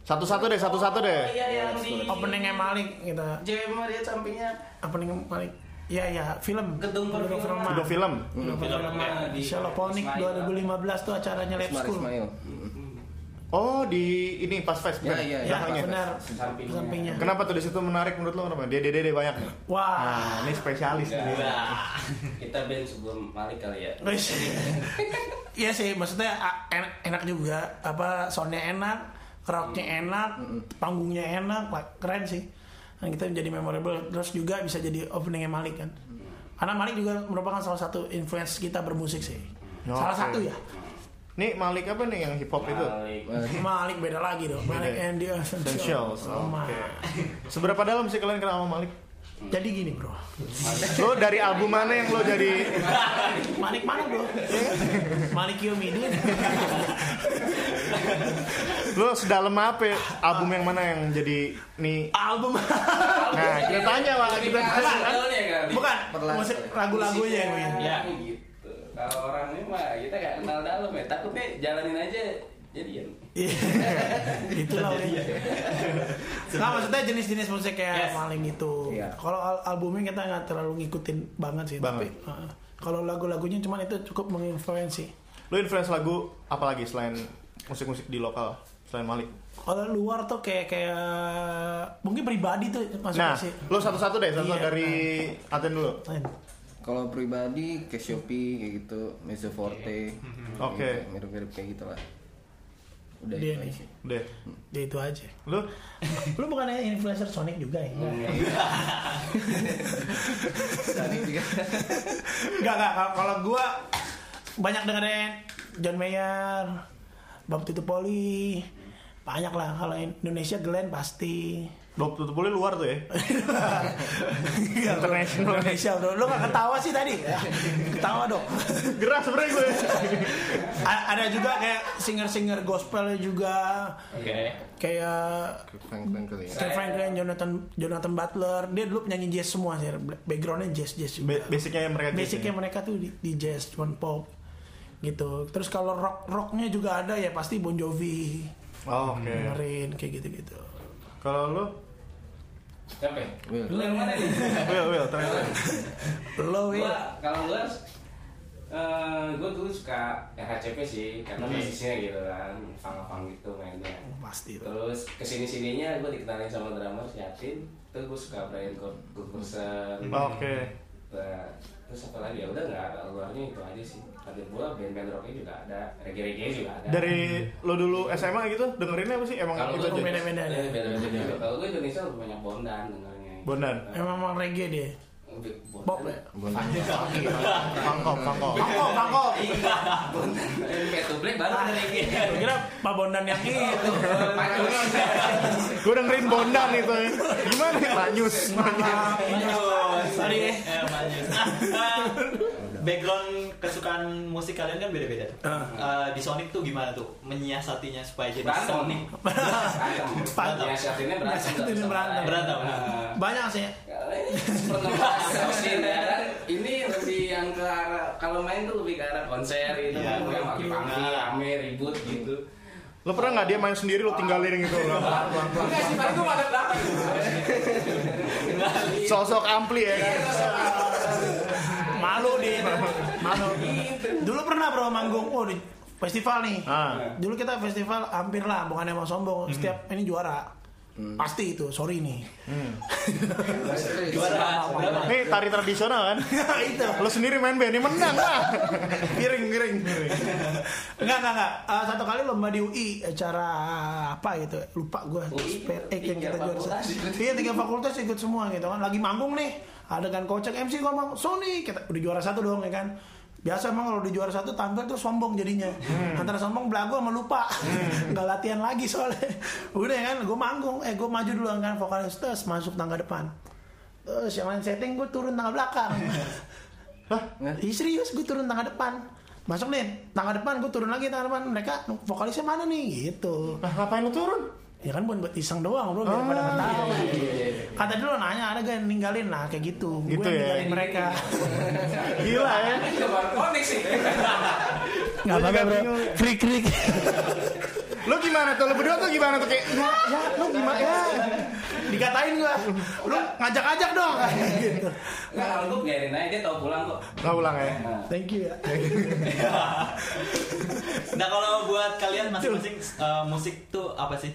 Satu-satu deh, satu-satu Iya, deh. openingnya Malik gitu Cewek Maria sampingnya openingnya Malik ya ya film Gedung perfilman. Oh, iya. Video film. Gedung Perfilman. perfilman di Shaloponic 2015 tuh acaranya Lab Ismail, School Ismail. Oh, di ini pas fest. Ya, iya, bukan? iya. Ya, Belakangnya. benar. Sampingnya. Sampingnya. Kenapa tuh di situ menarik menurut lo kenapa? Dede-dede banyak. Wah. Ah. Nah, ini spesialis Iya. nih. (laughs) Wah kita band sebelum Malik kali ya. Wes. (laughs) Iya sih, maksudnya a- enak, enak juga. Apa soundnya enak, Hmm. crowdnya enak, panggungnya enak, wah, keren sih. Dan kita menjadi memorable. Terus juga bisa jadi openingnya Malik kan. Hmm. Karena Malik juga merupakan salah satu influence kita bermusik sih. Oke. Salah satu ya. Nih Malik apa nih yang hip hop itu? Malik. Eh, Malik beda lagi dong. Malik Beda. and the Essentials. Essentials. Oh, Oke. Malik. Seberapa dalam sih kalian kenal sama Malik? Jadi gini bro. Lo dari album mana yang lo jadi Malik mana bro? Malik Yomidin. lo sedalam apa? ya? Album yang mana yang jadi nih? Album. Nah, kita tanya Pak, kita tanya. kan? Tahunnya kali. Bukan. Perlahan. musik lagu-lagunya yang main. Ya, gitu. Kalau orangnya mah kita gak kenal dalam ya. Takutnya jalanin aja jadian. itu lah Iya. nah maksudnya jenis-jenis musik kayak maling itu Iya. kalau al- albumnya kita nggak terlalu ngikutin banget sih Banget. tapi uh, kalau lagu-lagunya cuman itu cukup menginfluensi Lo influence lagu apa lagi selain musik-musik di lokal? selain Malik? Kalau luar tuh kayak kayak mungkin pribadi tuh Nah, masuknya sih. lo satu-satu deh, satu Iya, dari Aten dulu. Lain. Kalau pribadi ke Shopee kayak gitu, Mezzo Forte. Oke. Iya, kayak gitu, Mirip-mirip kayak gitu lah. Udah itu Dia nih. aja sih. Deh. Ya itu aja. Lo? (laughs) Lu bukannya influencer Sonic juga ya? (laughs) Tadi juga. Enggak enggak Kalau- kalau gua banyak dengerin John Mayer, Bob Poli, banyak lah kalau Indonesia Glenn pasti. Bob tutup boleh luar tuh ya. Iya, bro. Indonesia bro, lu gak ketawa sih tadi? Ya, Ketawa dong. Gerah sebenernya gue. A- ada juga kayak singer-singer gospelnya juga, Oke. kayak Frank Frank kali ya. Kirk Franklin, Jonathan Jonathan Butler, dia dulu penyanyi jazz semua sih, backgroundnya jazz jazz juga. Ba- basicnya mereka gitu basicnya ya. mereka tuh di, di jazz cuman pop gitu terus kalau rock rocknya juga ada ya pasti Bon Jovi Oh, Oke. dengerin kayak gitu gitu Kalau lo? Siapa? ya? Will. Lu yang (laughs) mana nih? Will, Will, ternyata. lo Wi? Gua kalau gue gue dulu suka RHCP sih karena Hmm. basisnya gitu kan fang-fang gitu mainnya pasti tuh. terus kesini sininya gue dikenalin sama drummer si Yatin terus gue suka Brian Gur- Gunderson Oh, Oke. Nah, terus apa lagi ya udah nggak ada luarnya itu aja sih tapi gue band-band rocknya juga ada reggae-reggae juga ada Dari lo dulu SMA gitu, dengerinnya apa sih? Emang kalau itu gue aja? beda-beda ya? beda-beda kalau gue Indonesia lebih banyak Bondan dengarnya Bondan? emang emang reggae dia Lebih pop Bondan ya Bondan. Iya. Pangkop, pangkop. pangkop pangkop Bondan (laughs) kayak tublek baru ada (laughs) reggae Gua kira Pak Bondan yang itu Gue dengerin Bondan itu ya. Gimana ya? Lanyus. Lanjut. Sorry, eh. Eh, lanjut. Ah, Background kesukaan musik kalian kan beda-beda. tuh. Ah. Eh, di Sonic tuh gimana tuh menyiasatinya supaya jadi Berantem. Sonic? Berantem. Berantem. Ya, saat ini berantem. Saat ini berantem. Berantem. Nah, banyak sih kalau ini pernah bahas Sausin, ya kan? Ini lebih yang ke arah kalau main tuh lebih ke arah konser gitu, Iya. yang maki-maki, rame, ribut gitu. Lo pernah nggak dia main sendiri lo tinggalin gitu lo? Enggak sih, paling gue pada belakang. Sosok ampli ya kan? malu dia malu dulu pernah bro manggung oh di festival nih Ah. dulu kita festival hampir lah bukan emang sombong setiap Hmm. ini juara pasti itu sorry nih (laughs) Juara. Berapa? Ini tari tradisional kan? itu Lo sendiri main band, ini menang lah. Miring, miring, miring. Enggak, enggak, enggak. Eh, satu kali lomba di UI acara apa gitu. Lupa gue. UI, SPTK tiga yang E kan kita juara. fakultas. Iya, tiga fakultas ikut semua gitu kan. Lagi manggung nih. Ada kan kocak MC ngomong, "Sony, kita udah juara satu dong ya kan." Biasa emang kalau udah juara satu tampil tuh sombong jadinya. Antara sombong belagu sama lupa. Enggak latihan lagi soalnya. Udah ya kan, gue manggung. Eh, gue maju duluan kan vokalis terus masuk tangga depan. Terus yang lain setting gue turun tangga belakang. Ih, serius gue turun tangga depan masuk nih tangga depan gue turun lagi tangga depan mereka vokalisnya mana nih gitu Nah, ngapain lo turun? ya kan buat buat iseng doang bro biar pada Ah, nggak tahu iya, kata dulu nanya ada gak yang ninggalin nah kayak gitu, Gitu gue yang ya. ninggalin mereka (laughs) Gila ya. Konek sih. nggak Gua apa-apa juga bro bingung. freak freak Lo gimana tuh? Lo berdua tuh gimana tuh? Kayak, ya, ya, lo gimana ya? dikatain gue lu ngajak-ajak dong (laughs) gitu Enggak, kalau gue biarin aja, dia tau pulang kok. Nggak ulang ya? thank you ya Nah kalau buat kalian masing-masing eh, musik tuh apa sih?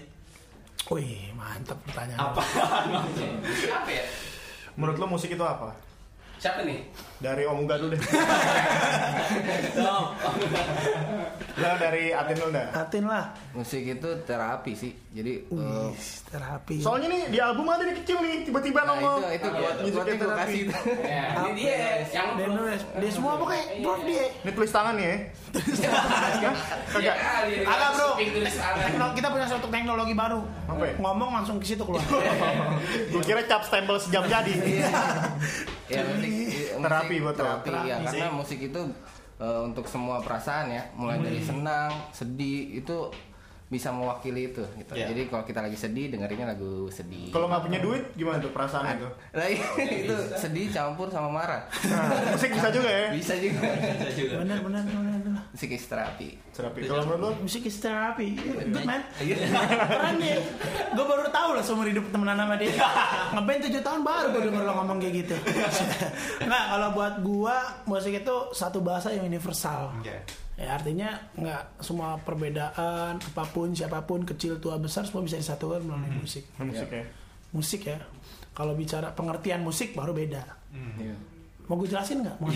wih mantap pertanyaan Apa? Siapa ya? Menurut lo musik itu apa? Siapa nih? Dari Om Uga dulu deh. Stop. Lo dari Atin dulu dah. atin lah Musik itu terapi sih. Jadi eh, Oh. Wih, terapi Soalnya nih di album ada di kecil nih, tiba-tiba nah nongol. itu itu buat Iya, Musik buat gue terapi. (laughs) kasih. Ya, ini dia yang Iya. dia nulis dia semua pokoknya bro dia Ini tulis tangan (laughs) nih ya. Hah? Ya, Kagak. dia- Agak, bro. speak tulis tangan. Tekno- kita punya suatu teknologi baru Apa ya? ngomong langsung ke situ (laughs) keluar Gue kira cap stempel sejam jadi. Iya. Ya musik i- musik Terapi buat lo. terapi ya Terapi karena musik itu eh, untuk semua perasaan ya, mulai dari Hmm. senang, sedih itu bisa mewakili itu gitu. Iya. Jadi kalau kita lagi sedih dengerinnya lagu sedih. Kalau nggak punya duit gimana tuh perasaan itu? Nah, (laughs) itu sedih campur sama marah. Nah, musik bisa juga ya. Bisa juga. Bisa juga. bener bener bener bener. Musik is terapi. Terapi. Kalau menurut lo? musik is therapy good (laughs) man keren nih gue baru tahu lah seumur hidup temenan (laughs) sama dia ngeband 7 tahun baru gue denger lo ngomong kayak gitu nah kalau buat gua musik itu satu bahasa yang universal Iya. Oke. ya ya artinya nggak semua perbedaan apapun siapapun kecil tua besar semua bisa disatukan melalui Hmm. musik musik ya. musik ya kalau bicara pengertian musik baru beda Iya. mau gue jelasin nggak mau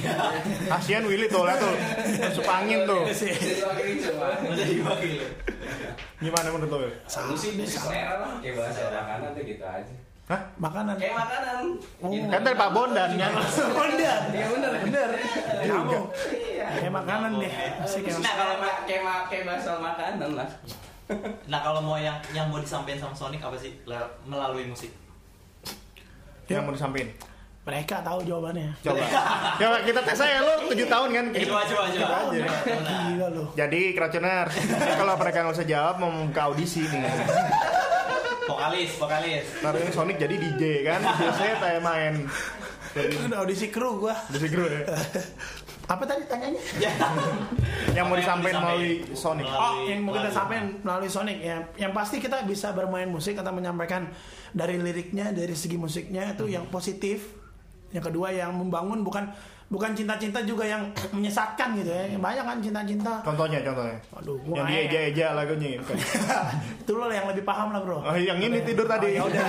Kasian Willy tuh, lihat tuh. Masuk angin tuh. Jadi wakilin coba. Jadi wakil. Gimana menurut lo, Wil? Lu sih bisa selera lah kayak bahasa makanan tuh gitu aja. makanan Kayak makanan. Gitu. Kan tadi Pak Bondan kan. Bener. Iya bener bener. kamu Iya. kayak makanan deh musik ya. Nah kalau ma- kayak ma- kayak bahasa makanan lah. Nah kalau mau yang yang mau disampaikan sama Sonic apa sih Le- melalui musik? Yang Ya, mau disampaikan. mereka tahu jawabannya Coba. Coba kita tes aja lo 7 tahun kan. Eh, coba coba coba. aja. Nah, Iya. gila loh Jadi keracunan. Kalau mereka nggak usah jawab mau ke audisi nih. Vokalis, vokalis. Ntar ini Sonic jadi DJ kan. Biasanya saya main. Jadi udah audisi kru gua DJ crew ya. apa tadi tanyanya (laughs) Yang mau Apa disampaikan melalui disampaikan? Sonic. Oh, Melalui- yang mau kita melalui- sampaikan melalui Sonic ya. Yang pasti kita bisa bermain musik atau menyampaikan dari liriknya, dari segi musiknya itu yang positif. Yang kedua yang membangun bukan bukan cinta-cinta juga yang menyesatkan gitu ya. Banyak kan cinta-cinta. Contohnya, contohnya. Aduh, gua Yang nggak enak. dieja-eja lagunya gitu. itu lo yang lebih paham lah, Bro. Oh, yang ini tidur tadi. Ya (laughs) udah.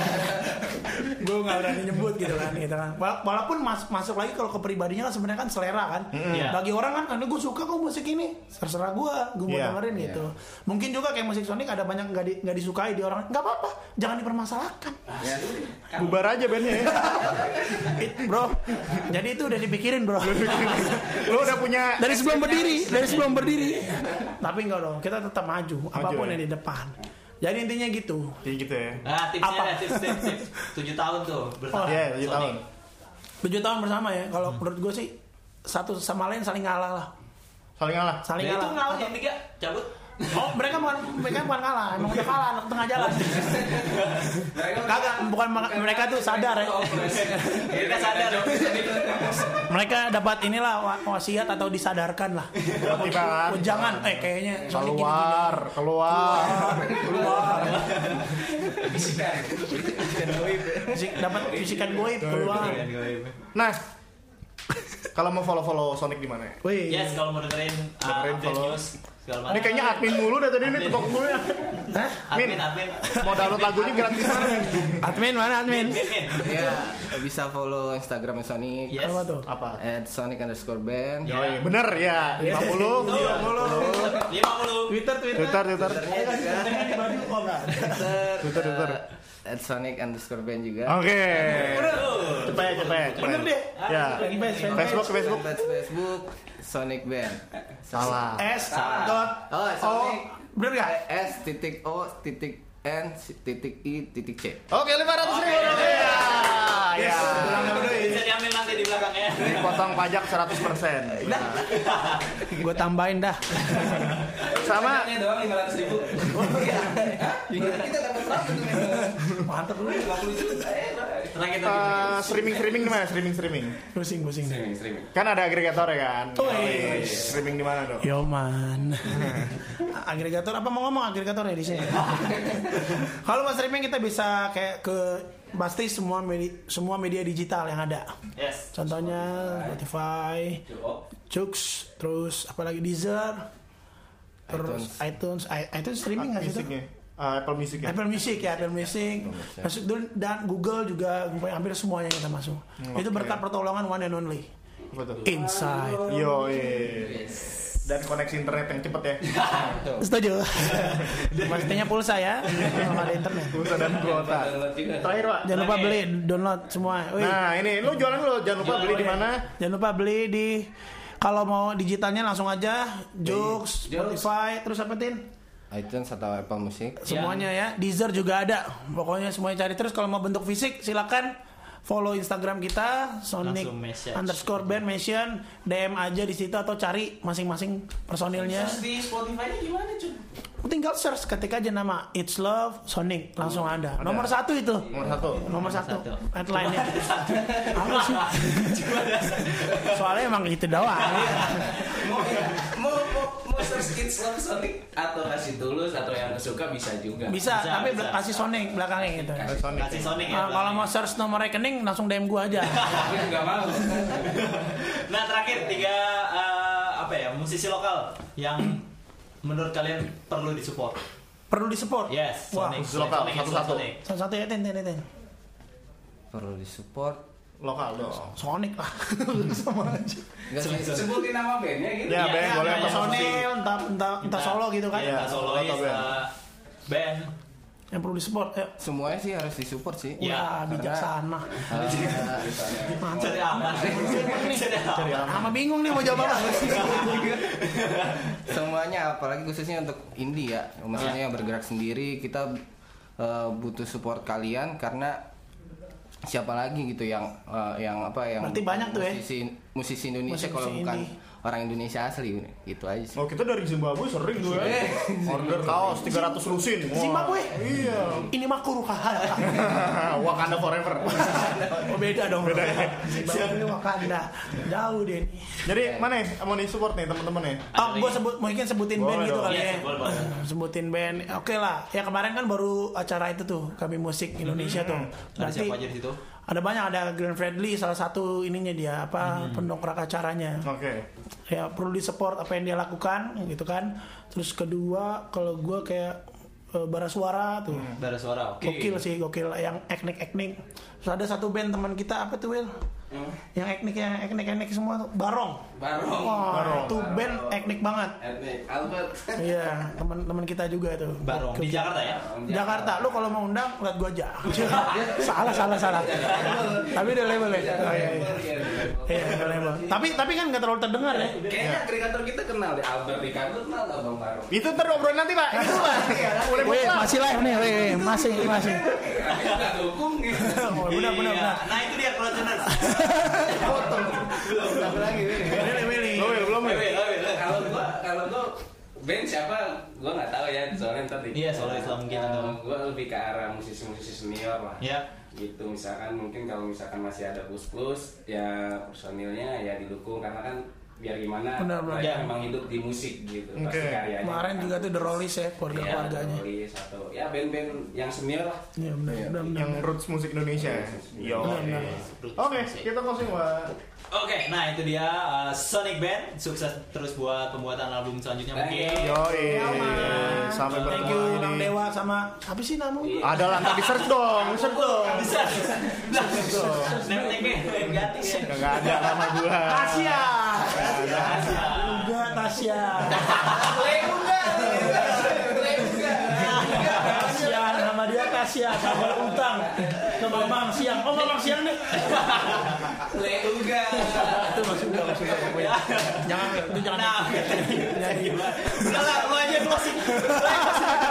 gue nggak berani nyebut gitu kan gitu kan. Wala- Walaupun mas- masuk lagi kalau ke pribadinya kan sebenarnya kan selera kan. Iya. Bagi orang kan karena gue suka kok musik ini, terserah gue, gue mau Iya. dengerin gitu. Mungkin juga kayak musik Sonic ada banyak nggak di- nggak disukai di orang, nggak apa-apa, jangan dipermasalahkan, (laughs) Bubar aja bandnya ya. bro. Jadi itu udah dipikirin (laughs) bro. Lo udah punya dari sebelum berdiri, dari sebelum berdiri. Tapi nggak dong, kita tetap maju, apapun ya? yang di depan. Jadi intinya gitu. Ya gitu ya. Nah, tipsnya Apa? ada tips tips (laughs) tips. 7 tahun tuh bersama Oh, Iya, tujuh Sonic. Nah, tahun. 7 tahun bersama ya, kalau menurut gue sih satu sama lain saling ngalah lah. Saling ngalah. Saling Nah, itu ngalah. ngalah yang tiga cabut. Oh, mereka bukan mereka bukan kalah, emang udah kalah anak tengah jalan. Mereka Kagak, bukan ma- mereka tuh sadar ya. (laughs) Iya, Mereka sadar. (laughs) Mereka dapat inilah wa- wasiat atau disadarkan lah. Motivan. Oh, jangan, eh kayaknya Sony gini-gini. Keluar, keluar. Fisik- dapat fisikan goib keluar. Nah, kalau mau follow-follow Sonic di mana? ya? Wih, Yes, kalau mau dengerin uh, Dengerin, update follow. news segala Ini macam. kayaknya admin mulu dari tadi ini ketok mulu ya. Hah? Admin, admin. Mau download lagunya gratis admin mana admin? (laughs) Admin. Ya, bisa follow Instagram Sonic Yes. Apa tuh? Apa? at Sonic underscore band. Ya. Oh iya, bener ya. 50. 50. Twitter, Twitter, Twitter. Twitter. Twitternya juga Twitter, Twitter, Twitter. Oh, eh, at Sonic underscore band juga. Oke. Tuh. Cepet, cepet. Bener deh. Ya. Fanpage, fanpage. Facebook, Facebook. Fanpage Facebook Sonic Band. Salah. S Salah. dot Oh, O. Sonic. Bener gak? S titik O titik N titik I titik C. Oke, 500 ribu rupiah. Iya. Ya. Bisa diambil nanti di belakang ya. Potong pajak 100%. Nah, Gue tambahin dah. sama Pajaknya ya doang 500 ribu. Iya. Kita dapat berapa tuh? Iya. Mantep lu. 50 juta. eh, Bang. Terakhir terakhir, eh, terakhir. streaming-streaming di mana? Streaming-streaming. Pusing, pusing. Streaming streaming. Kan ada agregator ya kan? Oh, iya. iya. Streaming di mana dong? Yo man. (laughs) agregator apa mau ngomong agregator ya di sini? Kalau mas streaming kita bisa kayak ke pasti semua media, semua media digital yang ada. Yes. Contohnya Spotify, Cukup. Joox, terus apalagi Deezer, terus iTunes, i- iTunes streaming nggak sih? Musiknya. tuh? Eh, Apple Music ya? Apple Music ya, Apple Music. Masuk dulu dan Google juga hampir semuanya kita masuk. Itu oke. berkat pertolongan one and only. Betul. Inside. Yo, iya, Dan koneksi internet yang cepet (laughs) ya. Setuju. Pastinya pulsa ya, kalau ada internet. Pulsa dan kuota. Download juga. Terakhir, Pak. Jangan lupa beli download semua. Wih, Nah, ini lu jualan lu jangan lupa beli di mana? jangan lupa beli di kalau mau digitalnya langsung aja Joox, Spotify, terus apa tin? iTunes atau Apple Music. Semuanya ya. Deezer juga ada. Pokoknya semuanya cari terus kalau mau bentuk fisik silakan follow Instagram kita Sonic Langsung message. underscore band mention DM aja di situ atau cari masing-masing personilnya Terus di Spotify-nya gimana, Cun? tinggal search ketik aja nama It's Love Sonic langsung ada nomor satu itu Nomor satu. nomor satu satu. headline nya apa sih soalnya emang itu doang Mau ya, mau mau, mau search Kids Love Sonic atau kasih tulus atau yang suka bisa juga. bisa, Bisa, tapi bisa. bel- kasih Sonic belakangnya gitu Ada Sonic. Kasih Sonic ya. Ah, Nah, kalau belakang. mau search nomor rekening langsung DM gua aja Tapi nggak mau. Nah terakhir tiga eh, apa ya musisi lokal yang menurut kalian perlu disupport? Perlu disupport. Yes, Wah. Sonic. Lokal, Sonic, satu-satu. Sonic, Sonic. Satu-satu ya, ten, ten, ten. perlu disupport lokal dong. Sonic lah. (laughs) Sama aja. Enggak sih, sebutin nama bandnya gitu Ya, Iya, Bang, iya, boleh iya, apa iya, Sony? Sonic. Personil, entah, entah, entah solo gitu kan. Iya. Entah solois, atau band. entah eh, band. Yang perlu disupport. Ayo. semuanya sih harus disupport sih Iya, Ya, karena- bijaksana. Eh, Cari aman. Cari Iya, aman. Sama bingung nih mau jawab apa. semuanya apalagi khususnya untuk indie ya Ah. maksudnya yang bergerak sendiri kita eh, butuh support kalian karena siapa lagi gitu yang eh, yang apa yang Berarti banyak tuh ya? musisi, musisi Indonesia Musisi-musisi kalau bukan indie. orang Indonesia asli gitu aja sih Oh kita dari Zimbabwe sering gue order kaos 300 lusin. Wah. Zimbabwe? Iya. (laughs) (laughs) Ini mah kurukaha. Ah, Wakanda (laughs) forever. Oh, beda dong. Beda ya. Ini Wakanda. Jauh deh. ini. Jadi mana nih, mau di support nih teman-teman ya? nih? Ah, gua sebut mungkin sebutin Boleh band gitu dong. kali Iya, ya. boleh, boleh. (clears throat) sebutin band. Oke lah. Ya kemarin kan baru acara itu tuh, kami musik Indonesia tuh. Ada Berarti Hmm, siapa aja di situ? ada banyak ada Glenn Fredly salah satu ininya dia apa Hmm. pendongkrak acaranya. Oke. Ya perlu di support apa yang dia lakukan gitu kan. Terus kedua kalau gua kayak eh, bara suara tuh. Dari suara. Hmm. Oke. Gokil sih, gokil yang eknik-eknik. Terus ada satu band teman kita apa tuh, Will? Yang eknik yang eknik-eknik semua tuh, Barong. Barong Wah, Barong. itu band eknik banget. etnik Albert Iya, teman-teman kita juga tuh. Barong di Gokil. Jakarta ya. Jakarta, lu kalau mau undang lihat gua (laughs) aja. salah, salah, salah. tapi udah label ya. Oh, iya, iya. Iya, udah label. Tapi tapi kan nggak terlalu terdengar ya. Kayaknya agregator kita kenal deh Albert di kantor kenal nggak Bang Barong? Iya. Itu ntar obrolan nanti pak. Itu pak. iya. Boleh Weh, buka. masih live nih, weh, masih, masih. Kita dukung nih. Oh, benar, benar, Iya. benar. Nah, itu dia Closeners. Belum satu lagi. Willy. Willy, Willy. Belum ya, belum ya. Wait, wait, wait, wait. Kalau gua kalau gua band siapa gua nggak tahu ya soalnya ntar di- Iya, soalnya Islam Eh, mungkin atau- gua lebih ke arah musisi-musisi senior lah. Iya. gitu misalkan mungkin kalau misalkan masih ada plus plus ya personilnya ya didukung karena kan biar gimana Benar, benar. mereka Ya. memang hidup di musik gitu pasti Oke. karyanya Kemarin juga tuh The Rollies ya, keluarga-keluarganya. ya, atau ya band-band yang senior lah Iya, benar, benar, benar. Yang roots musik Indonesia. ya? Yo. Benar. Oke, kita closing pak. Oke, nah itu dia uh, Sonic Band. Sukses terus buat pembuatan album selanjutnya Thank mungkin. you. Yo, iya. sampai Thank bertemu you, lagi Bang di. Dewa sama apa sih namanya? Ada lah, ntar di search dong, di search Iya. dong. Bisa. Nah, name-tag-nya ganti ya. Gak ada nama gua. Tasya. Rahasia. Juga Tasya. Tasya nama dia Tasya sama utang. Ke Mamang Siang. Oh, Mamang Siang nih. Leuga Itu maksudnya maksudnya pokoknya. Jangan itu jangan. Nah, udah lah, lu aja closing.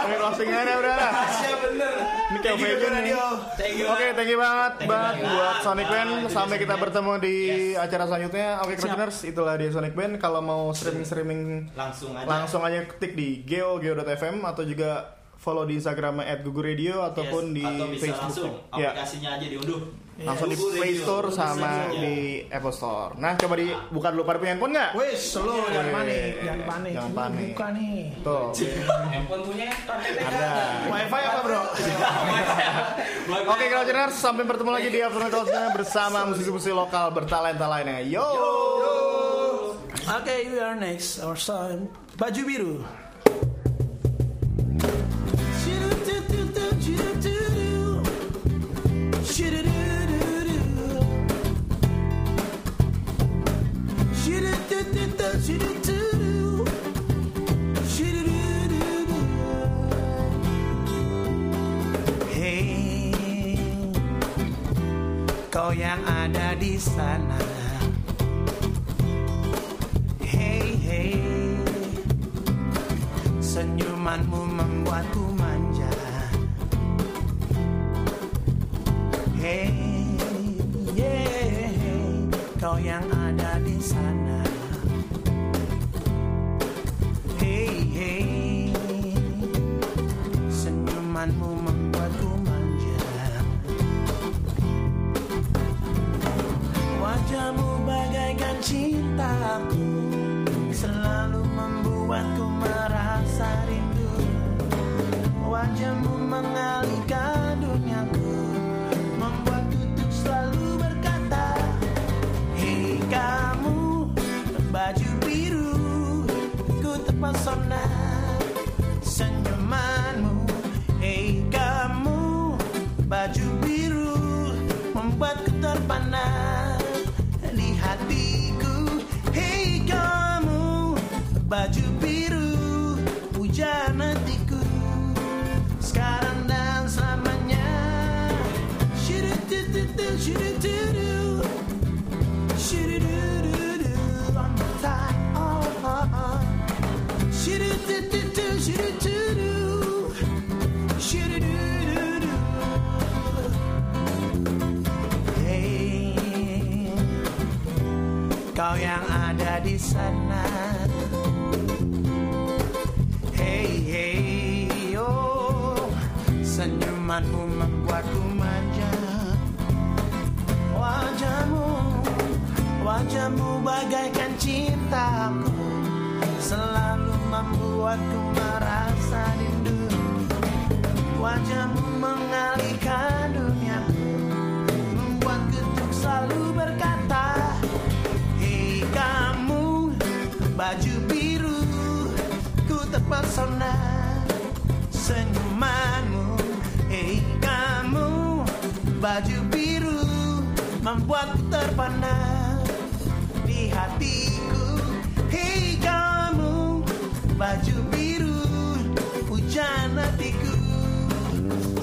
Oke, closing aja udah lah. Tasya bener Ini kayak Fejo nih. Thank you. Oke, thank you banget Bang banget. buat Sonic Band. Nah, jadi Sampai kita Sonic Band. bertemu di acara selanjutnya. Oke, Kreatiners, itulah dia Sonic Band. Kalau mau streaming-streaming Langsung aja. langsung aja ketik di geo geo.fm atau juga follow di Instagramnya at Gugu Radio Yes, ataupun di atau bisa langsung Facebook. Ya, aplikasinya aja diunduh. langsung di Gugu Play Radio. Store Gugu sama Radio. di Apple Store. Nah, coba dibuka dulu pada punya handphone nggak? Wes, slow jangan panik, jangan panik. Jangan Ini panik. Buka nih. Tuh, Hmm. handphone punya (laughs) ada. Wifi apa, Bro? Oke, Kreatiners, sampai bertemu lagi di Afternoon Talk selanjutnya bersama musisi-musisi lokal bertalenta lainnya. Yo! Oke, we are next. Our song Baju Biru. Hey, kau yang ada di sana. Hey hey Senyumanmu membuatku manja Hey yeah Kau yang ada di sana Hey hey Senyumanmu membuatku manja Wajahmu bagaikan cintaku Selalu membuatku merasa rindu Wajahmu mengalihkan duniaku Membuatku untuk selalu berkata Hei kamu baju biru Ku tepat Shoo-doo-doo-doo. Shoo-doo-doo-doo-doo. I'm tired. Oh, oh, oh. Shoo-doo-doo-doo-doo. Shoo-doo-doo-doo. Shoo-doo-doo-doo-doo. Hey, Kau yang ada di sana Hey hey oh Senyumanmu membuatku manja Wajahmu Wajahmu bagaikan cintaku Selalu membuatku merasa rindu Wajahmu mengalihkan duniaku Membuatku untuk selalu berkata Hei kamu baju biru Ku terpesona senyumanmu Hei kamu baju biru Membuatku terpana di hatiku Hei kamu baju biru Hujan hatiku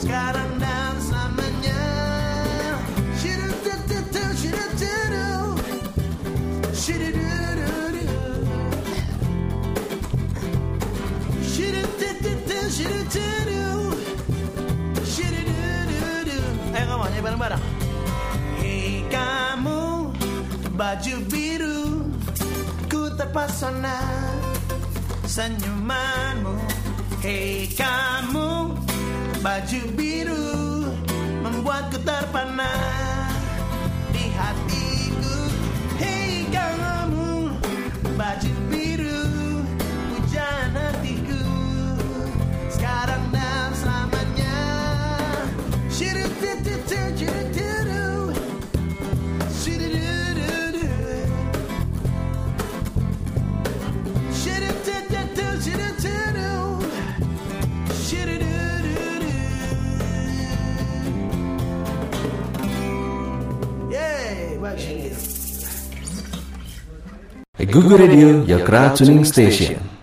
sekarang dan selamanya Shiru-tu-tu-tu, shiru-tu-tu. Shiru-du-du-du. Shiru-du-du-du, shiru-du-du. Shiru-du-du-du. Ayo ngomong, nyanyi bareng-bareng. Hei kamu baju biru Ku terpesona senyumanmu Hei kamu baju biru Membuatku terpana di hatiku Hei kamu baju biru Hujan hatiku sekarang dan selamanya Shiru-tu-tu-tu, shiru-tu-tu. Shiru-du-du-du. Shiru-tu-tu-tu, shiru-tu-du. Shiru-du-du-du. Yeay, bagus. Google Radio, your crowd tuning station.